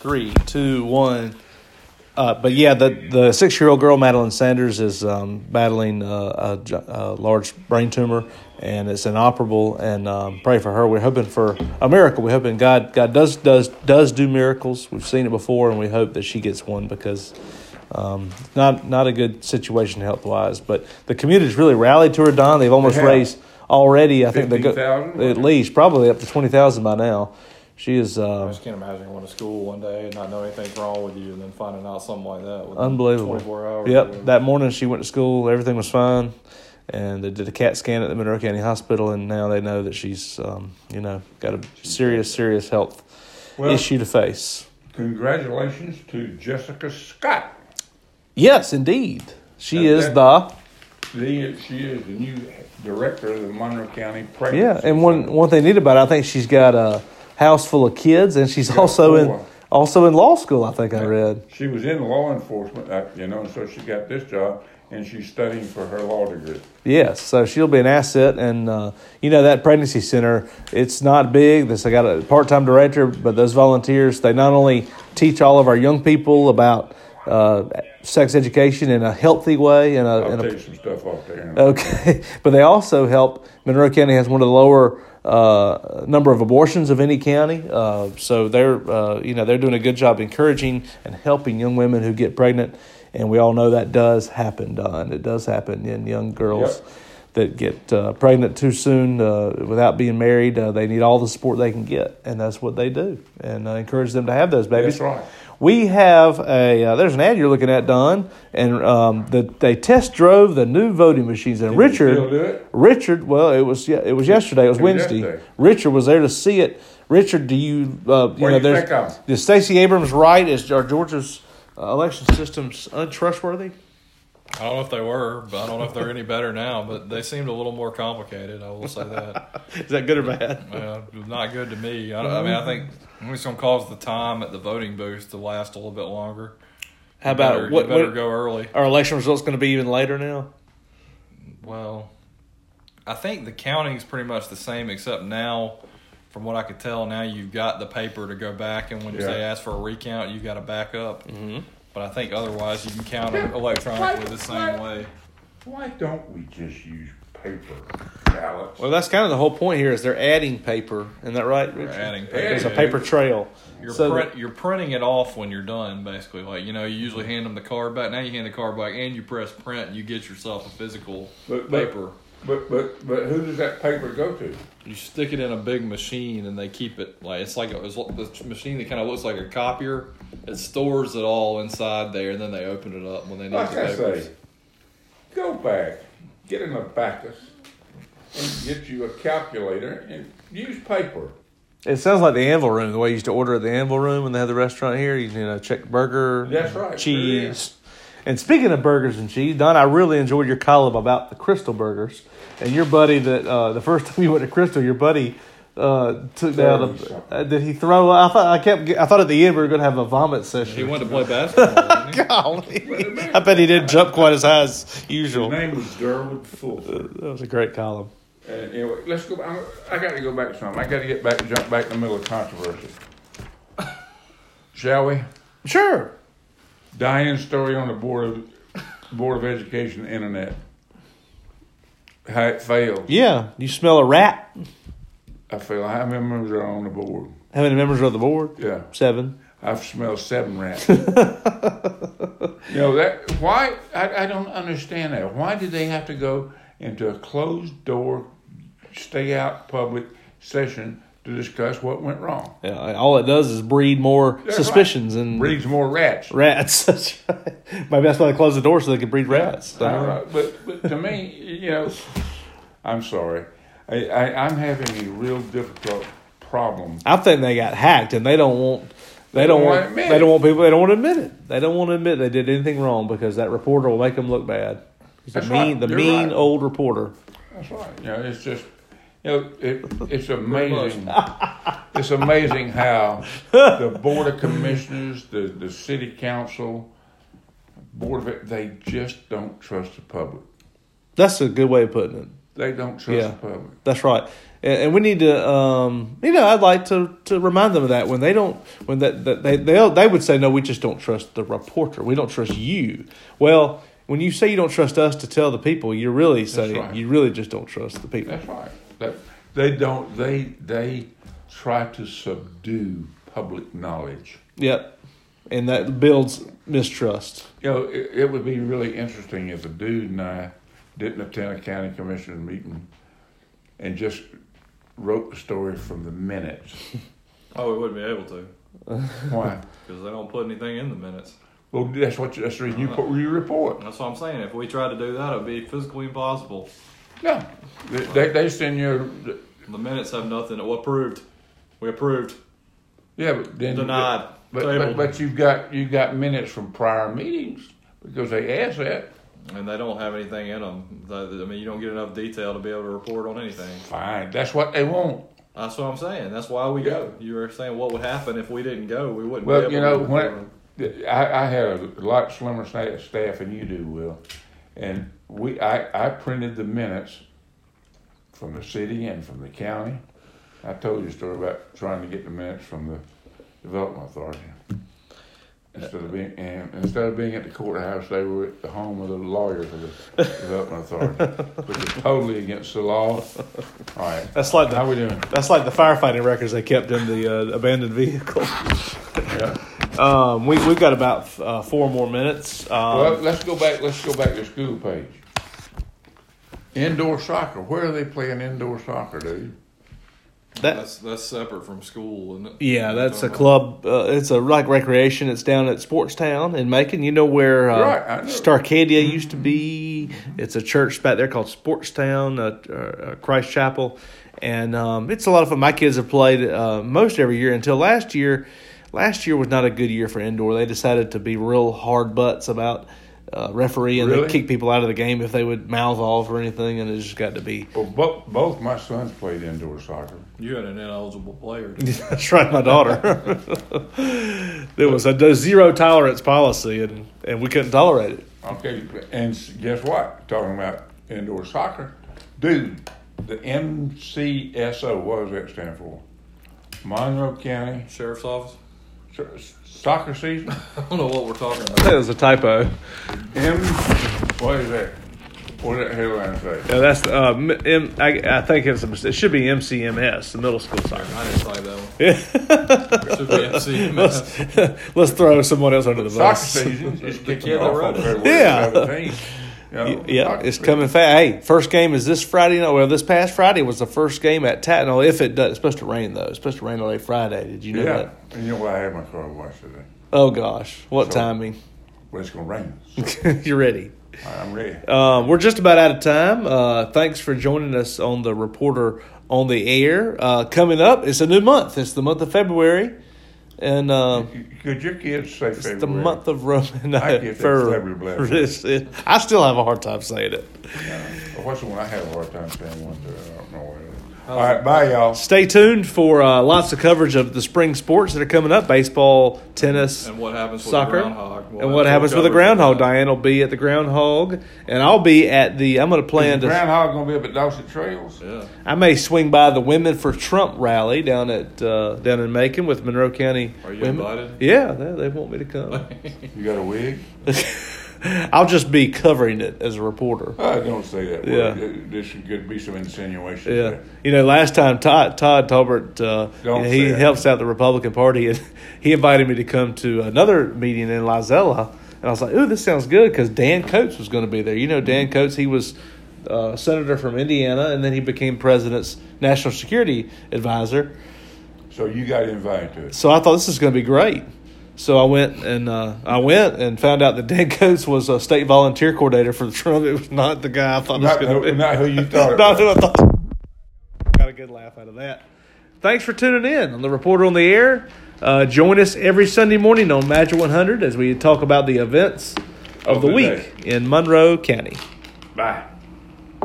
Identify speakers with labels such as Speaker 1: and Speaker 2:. Speaker 1: three, two, one. Uh, but yeah, the the six year old girl Madeline Sanders is um, battling uh, a, gi- a large brain tumor, and it's inoperable. And um, pray for her. We're hoping for a miracle. We're hoping God God does does does do miracles. We've seen it before, and we hope that she gets one because um, not not a good situation health wise. But the community's really rallied to her. Don, they've almost
Speaker 2: They have.
Speaker 1: raised already. I think they go
Speaker 2: 15,000?
Speaker 1: at least probably up to twenty thousand by now. She is uh,
Speaker 3: I just can't imagine going to school one day and not know anything's wrong with you, and then finding out something like that. Within
Speaker 1: Unbelievable.
Speaker 3: 24 hours.
Speaker 1: Yep. That morning she went to school. Everything was fine, and they did a CAT scan at the Monroe County Hospital, and now they know that she's, um, you know, got a serious, serious health
Speaker 2: Well-
Speaker 1: issue to face.
Speaker 2: Congratulations to Jessica Scott.
Speaker 1: Yes, indeed. She
Speaker 2: Okay.
Speaker 1: is the
Speaker 2: The, she is the new director of the Monroe County Pregnancy.
Speaker 1: yeah. And one one thing neat about it, I think she's got a house full of kids, and she's
Speaker 2: Got
Speaker 1: also in
Speaker 2: four.
Speaker 1: also in law school. I think I read.
Speaker 2: She was in law enforcement, uh, you know, and so she got this job, and she's studying for her law degree.
Speaker 1: Yes, so she'll be an asset, and uh, you know that pregnancy center. It's not big. This I got a part-time director, but those volunteers they not only teach all of our young people about uh, sex education in a healthy way, and a,
Speaker 2: I'll
Speaker 1: in a Uh,
Speaker 2: take some stuff off there. in a-
Speaker 1: Okay, but they also help. Monroe County has one of the lower uh, number of abortions of any county, uh, so they're uh, you know they're doing a good job encouraging and helping young women who get pregnant, and we all know that does happen, Don. It does happen in young girls
Speaker 2: Yep.
Speaker 1: that get uh, pregnant too soon uh, without being married. Uh, they need all the support they can get, and that's what they do. And I encourage them to have those babies.
Speaker 2: That's right.
Speaker 1: We have a uh, there's an ad you're looking at, Don, and um, the, they test drove the new voting machines. And
Speaker 2: they
Speaker 1: Richard,
Speaker 2: still do it?
Speaker 1: Richard, well, it was yeah, it was yesterday. It was
Speaker 2: It was
Speaker 1: Wednesday.
Speaker 2: yesterday.
Speaker 1: Richard was there to see it. Richard, do you uh, you
Speaker 2: What do
Speaker 1: know
Speaker 2: you
Speaker 1: there's
Speaker 2: think of 'em?
Speaker 1: is Stacey Abrams right? Is our Georgia's uh, election systems untrustworthy?
Speaker 3: I don't know if they were, but I don't know if they're any better now. But they seemed a little more complicated. I will say that.
Speaker 1: Is that good or bad?
Speaker 3: Uh, not good to me. I, don't- I mean, I think it's going to cause the time at the voting booth to last a little bit longer.
Speaker 1: How about
Speaker 3: better,
Speaker 1: what,
Speaker 3: you better
Speaker 1: what
Speaker 3: go early?
Speaker 1: are election results going to be even later now?
Speaker 3: Well, I think the counting's pretty much the same, except now, from what I could tell, now you've got the paper to go back, and when
Speaker 2: Yeah.
Speaker 3: they ask for a recount, you've got to back up. Mm-hmm. But I think otherwise, you can count them electronically the same way.
Speaker 2: Why don't we just use paper ballots?
Speaker 1: Well, that's kind of the whole point here. Is they're adding paper? Isn't that right?
Speaker 3: They're
Speaker 1: Richard?
Speaker 3: adding
Speaker 1: There's
Speaker 3: paper.
Speaker 1: a paper trail.
Speaker 3: You're,
Speaker 1: So-
Speaker 3: print, you're printing it off when you're done, basically. Like, you know, you usually hand them the card back. Now you hand the card back and you press print. and You get yourself a physical
Speaker 2: But- but-
Speaker 3: paper.
Speaker 2: But but but who does that paper go to?
Speaker 3: You stick it in a big machine and they keep it like it's like a, it's like this machine that kind of looks like a copier. It stores it all inside there and then they open it up when they need
Speaker 2: Like
Speaker 3: the
Speaker 2: I
Speaker 3: papers.
Speaker 2: say, go back, get an abacus, and get you a calculator and use paper.
Speaker 1: It sounds like the Anvil Room, the way you used to order at the Anvil Room when they had the restaurant here. You, you know, check burger,
Speaker 2: That's right, sure
Speaker 1: cheese.
Speaker 2: is.
Speaker 1: and speaking of burgers and cheese, Don, I really enjoyed your column about the Crystal Burgers. And your buddy that uh, the first time you went to Crystal, your buddy uh, took down.
Speaker 2: Throw
Speaker 1: A, uh, did he throw? I thought I kept. I thought at the end we were going to have a vomit
Speaker 3: He
Speaker 1: session.
Speaker 3: went to play basketball. didn't he?
Speaker 1: Golly, I bet he didn't jump quite as high as
Speaker 2: His
Speaker 1: usual.
Speaker 2: name was Durwood Fulford.
Speaker 1: That was a great column.
Speaker 2: And Uh, anyway, let's go. I'm, I got to go back to something. I got to get back, jump back in the middle of controversy. Shall we?
Speaker 1: Sure.
Speaker 2: Diane's story on the board of board of education internet. How it failed.
Speaker 1: Yeah, you smell a rat.
Speaker 2: I feel how many members are on the board?
Speaker 1: How many members are on the board?
Speaker 2: Yeah,
Speaker 1: Seven.
Speaker 2: I've smelled seven rats. you know that why? I, I don't understand that. Why did they have to go into a closed door, stay out public session to discuss what went wrong?
Speaker 1: Yeah, all it does is breed more
Speaker 2: That's
Speaker 1: suspicions and
Speaker 2: Breeds more rats.
Speaker 1: rats. That's right. Maybe that's why they close the door so they could breed rats.
Speaker 2: I don't know, uh, but, but to me, you know, I'm sorry. I, I, I'm having a real difficult problem.
Speaker 1: I think they got hacked and they don't want they don't
Speaker 2: don't wanna
Speaker 1: want
Speaker 2: admit
Speaker 1: they
Speaker 2: it.
Speaker 1: don't want people they don't want to admit it. They don't want to admit they did anything wrong because that reporter will make them look bad. He's the
Speaker 2: That's
Speaker 1: mean
Speaker 2: right.
Speaker 1: the
Speaker 2: You're
Speaker 1: mean
Speaker 2: right.
Speaker 1: old reporter.
Speaker 2: That's right. You know, it's just, you know, it, it's amazing. it's amazing how the board of commissioners, the, the city council, board of it, they just don't trust the public.
Speaker 1: That's a good way of putting it.
Speaker 2: They don't trust
Speaker 1: Yeah.
Speaker 2: the public.
Speaker 1: That's right. And, and we need to, um, you know, I'd like to, to remind them of that when they don't, when that, that they, they they would say, no, we just don't trust the reporter. We don't trust you. Well, when you say you don't trust us to tell the people, you're really saying
Speaker 2: right.
Speaker 1: you really just don't trust the people.
Speaker 2: That's right. That, they don't. They they try to subdue public knowledge.
Speaker 1: Yep. And that builds mistrust.
Speaker 2: You know, it, it would be really interesting if a dude and I didn't attend a county commissioner's meeting and just wrote the story from the minutes.
Speaker 3: Oh, we wouldn't be able to
Speaker 2: Why?
Speaker 3: because they don't put anything in the minutes.
Speaker 2: Well, that's what. That's the reason you put you report.
Speaker 3: That's what I'm saying. If we tried to do that, it would be physically impossible.
Speaker 2: No, They- they they send you.
Speaker 3: The minutes have nothing. Well, approved. We approved.
Speaker 2: Yeah, but then
Speaker 3: Denied.
Speaker 2: But,
Speaker 3: Tabled.
Speaker 2: but, but you've got you've got minutes from prior meetings because they asked that.
Speaker 3: And they don't have anything in them. I mean, you don't get enough detail to be able to report on anything.
Speaker 2: Fine, that's what they want.
Speaker 3: That's what I'm saying. That's why we go. You were saying what would happen if we didn't go. We wouldn't.
Speaker 2: Well,
Speaker 3: be
Speaker 2: you
Speaker 3: able
Speaker 2: know,
Speaker 3: to
Speaker 2: when I, I had a lot slimmer sta- staff than you do, Will, and we I, I printed the minutes from the city and from the county. I told you a story about trying to get the minutes from the development authority. Instead of being and instead of being at the courthouse, they were at the home of the lawyer for the development authority, which is totally against the law. All right,
Speaker 1: That's like
Speaker 2: how
Speaker 1: the,
Speaker 2: we doing?
Speaker 1: that's like the firefighting records they kept in the uh, abandoned vehicle.
Speaker 2: Yeah.
Speaker 1: Um, we we've got about uh, four more minutes. Um,
Speaker 2: Well, let's go back. Let's go back to school page. Indoor soccer. Where are they playing indoor soccer, dude?
Speaker 1: that
Speaker 3: that's that's separate from school, isn't it?
Speaker 1: yeah, that's a club. Uh, it's a like recreation. It's down at Sportstown in Macon. You know where uh,
Speaker 2: Right, I know. Mm-hmm.
Speaker 1: Starcadia used to be. It's a church back there called Sportstown, uh, uh, Christ Chapel, and um, it's a lot of fun. My kids have played uh, most every year until last year. Last year was not a good year for indoor. They decided to be real hard butts about uh, referee and
Speaker 2: Really?
Speaker 1: they kick people out of the game if they would mouth off or anything, and it just got to be.
Speaker 2: Well, both Oh, both my sons played indoor soccer.
Speaker 3: You had an ineligible player.
Speaker 1: That's right, my daughter. there was a d- zero tolerance policy, and, and we couldn't tolerate it.
Speaker 2: Okay, and s- guess what? Talking about indoor soccer, dude. The MCSO. What does that stand for? Monroe County
Speaker 3: Sheriff's office.
Speaker 2: so- Soccer Season.
Speaker 3: I don't know what we're talking about.
Speaker 1: That was a typo.
Speaker 2: M. What is that? What did that headline say?
Speaker 1: Yeah, that's uh, m- M- I, I think it's a, mis- it should be MCMS, the middle school soccer.
Speaker 3: I didn't say that one. Should be MC.
Speaker 1: Let's throw someone else under the
Speaker 2: Soccer
Speaker 1: bus.
Speaker 2: season is kicking
Speaker 3: kid that
Speaker 2: off
Speaker 3: wrote
Speaker 2: on
Speaker 3: it.
Speaker 2: February
Speaker 1: Yeah.
Speaker 2: 17th. You know,
Speaker 1: Yeah,
Speaker 2: soccer
Speaker 1: it's
Speaker 2: season.
Speaker 1: coming fast. Hey, first game is this Friday night. Well, this past Friday was the first game at Tatnall. If it does, it's supposed to rain though. It's supposed to rain all day Friday. Did you know
Speaker 2: Yeah,
Speaker 1: that?
Speaker 2: and you know what? I had my car washed today,
Speaker 1: Oh gosh, what
Speaker 2: So-
Speaker 1: timing?
Speaker 2: but it's gonna rain.
Speaker 1: You're ready.
Speaker 2: I'm ready.
Speaker 1: Um, we're just about out of time. Uh, thanks for joining us on the Reporter on the Air. Uh, coming up, it's a new month. It's the month of February, and uh,
Speaker 2: Could your kids say
Speaker 1: it's
Speaker 2: February?
Speaker 1: the month of Roman.
Speaker 2: I get that
Speaker 1: Fer-
Speaker 2: February blessing.
Speaker 1: It's- it- I still have a hard time saying it.
Speaker 2: Or What's the one I had a hard time saying one? Day. I don't know what it is. All right, bye y'all.
Speaker 1: Stay tuned for uh, lots of coverage of the spring sports that are coming up: baseball, tennis,
Speaker 3: And what happens with
Speaker 1: soccer,
Speaker 3: the groundhog? We'll
Speaker 1: and
Speaker 3: have
Speaker 1: what
Speaker 3: full
Speaker 1: happens with the
Speaker 3: coverage of
Speaker 1: groundhog.
Speaker 3: that.
Speaker 1: Diane will be at the groundhog, and I'll be at the. I'm going to plan to.
Speaker 2: Groundhog gonna be up at Dawson Trails.
Speaker 3: Yeah.
Speaker 1: I may swing by the Women for Trump rally down at uh, down in Macon with Monroe County.
Speaker 3: Are you
Speaker 1: women.
Speaker 3: invited?
Speaker 1: Yeah, they, they want me to come.
Speaker 2: You got a wig?
Speaker 1: I'll just be covering it as a reporter.
Speaker 2: Oh, don't say that.
Speaker 1: Yeah.
Speaker 2: Word. This could be some insinuation.
Speaker 1: Yeah, you know, last time Todd Todd Talbert, uh, you
Speaker 2: Don't
Speaker 1: know, he
Speaker 2: say it.
Speaker 1: helps out the Republican Party, and he invited me to come to another meeting in Lizella, and I was like, "Ooh, this sounds good," because Dan Coates was going to be there. You know, Dan Coates, he was uh, senator from Indiana, and then he became president's national security advisor.
Speaker 2: So you got invited to it.
Speaker 1: So I thought this is going to be great. So I went and uh, I went and found out that Dan Coates was a state volunteer coordinator for Trump. It was not the guy I thought
Speaker 2: Not,
Speaker 1: it was going
Speaker 2: who-
Speaker 1: to be.
Speaker 2: not who you thought. It
Speaker 1: Not
Speaker 2: was.
Speaker 1: who I thought. Got a good laugh out of that. Thanks for tuning in on the Reporter on the Air. Uh, join us every Sunday morning on Magic 100 as we talk about the events of,
Speaker 2: Of
Speaker 1: the
Speaker 2: the
Speaker 1: week in Monroe County.
Speaker 2: Bye.